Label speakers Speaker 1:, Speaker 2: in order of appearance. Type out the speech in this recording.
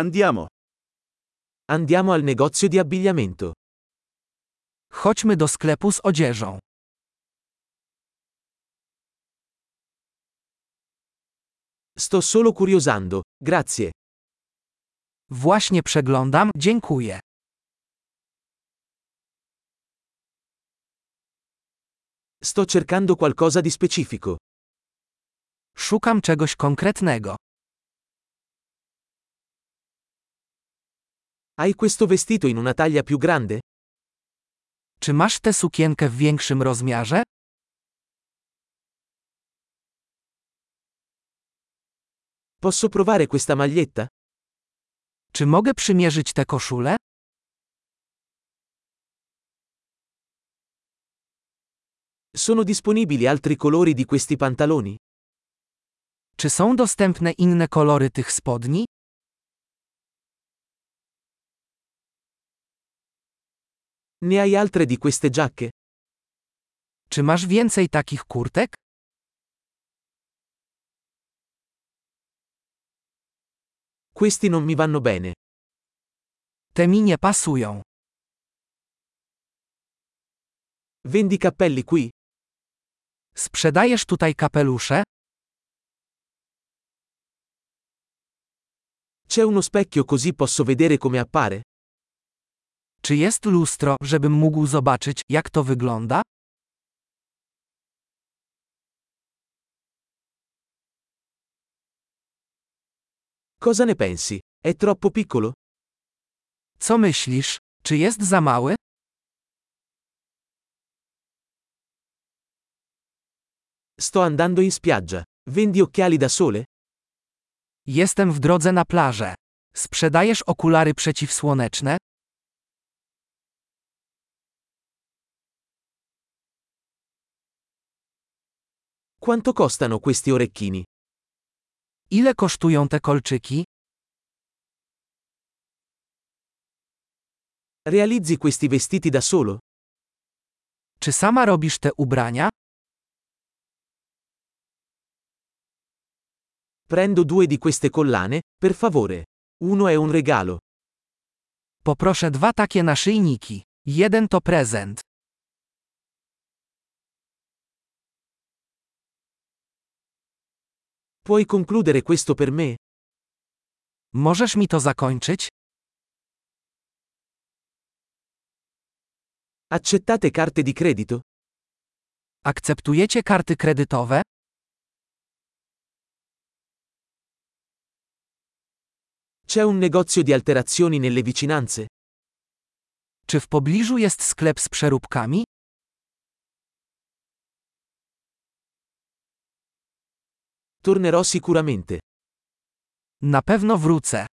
Speaker 1: Andiamo.
Speaker 2: Andiamo al negozio di abbigliamento.
Speaker 3: Chodźmy do sklepu z odzieżą.
Speaker 2: Sto solo curiosando, grazie.
Speaker 3: Właśnie przeglądam, dziękuję.
Speaker 2: Sto cercando qualcosa di specifico.
Speaker 3: Szukam czegoś konkretnego.
Speaker 2: Hai questo vestito in una taglia più grande?
Speaker 3: Czy masz tę sukienkę w większym rozmiarze?
Speaker 2: Posso provare questa maglietta?
Speaker 3: Czy mogę przymierzyć tę koszulę?
Speaker 2: Sono disponibili altri colori di questi pantaloni?
Speaker 3: Czy są dostępne inne kolory tych spodni?
Speaker 2: Ne hai altre di queste giacche?
Speaker 3: Czy masz więcej takich kurtek?
Speaker 2: Questi non mi vanno bene.
Speaker 3: Te mi nie pasują.
Speaker 2: Vendi cappelli qui?
Speaker 3: Sprzedajesz tutaj kapelusze?
Speaker 2: C'è uno specchio così posso vedere come appare?
Speaker 3: Czy jest lustro, żebym mógł zobaczyć, jak to wygląda?
Speaker 2: Cosa ne pensi? È troppo piccolo?
Speaker 3: Co myślisz? Czy jest za mały?
Speaker 2: Sto andando in spiaggia. Vendi occhiali da sole?
Speaker 3: Jestem w drodze na plażę. Sprzedajesz okulary przeciwsłoneczne?
Speaker 2: Quanto costano questi orecchini?
Speaker 3: Ile kosztują te kolczyki?
Speaker 2: Realizzi questi vestiti da solo?
Speaker 3: Czy sama robisz te ubrania?
Speaker 2: Prendo due di queste collane, per favore. Uno è un regalo.
Speaker 3: Poproszę dwa takie naszyjniki. Jeden to prezent.
Speaker 2: Puoi concludere questo per me?
Speaker 3: Możesz mi to zakończyć?
Speaker 2: Accettate carte di credito?
Speaker 3: Akceptujecie karty kredytowe?
Speaker 2: C'è un negozio di alterazioni nelle vicinanze?
Speaker 3: Czy w pobliżu jest sklep z przeróbkami?
Speaker 2: Tornerò sicuramente.
Speaker 3: Na pewno wrócę.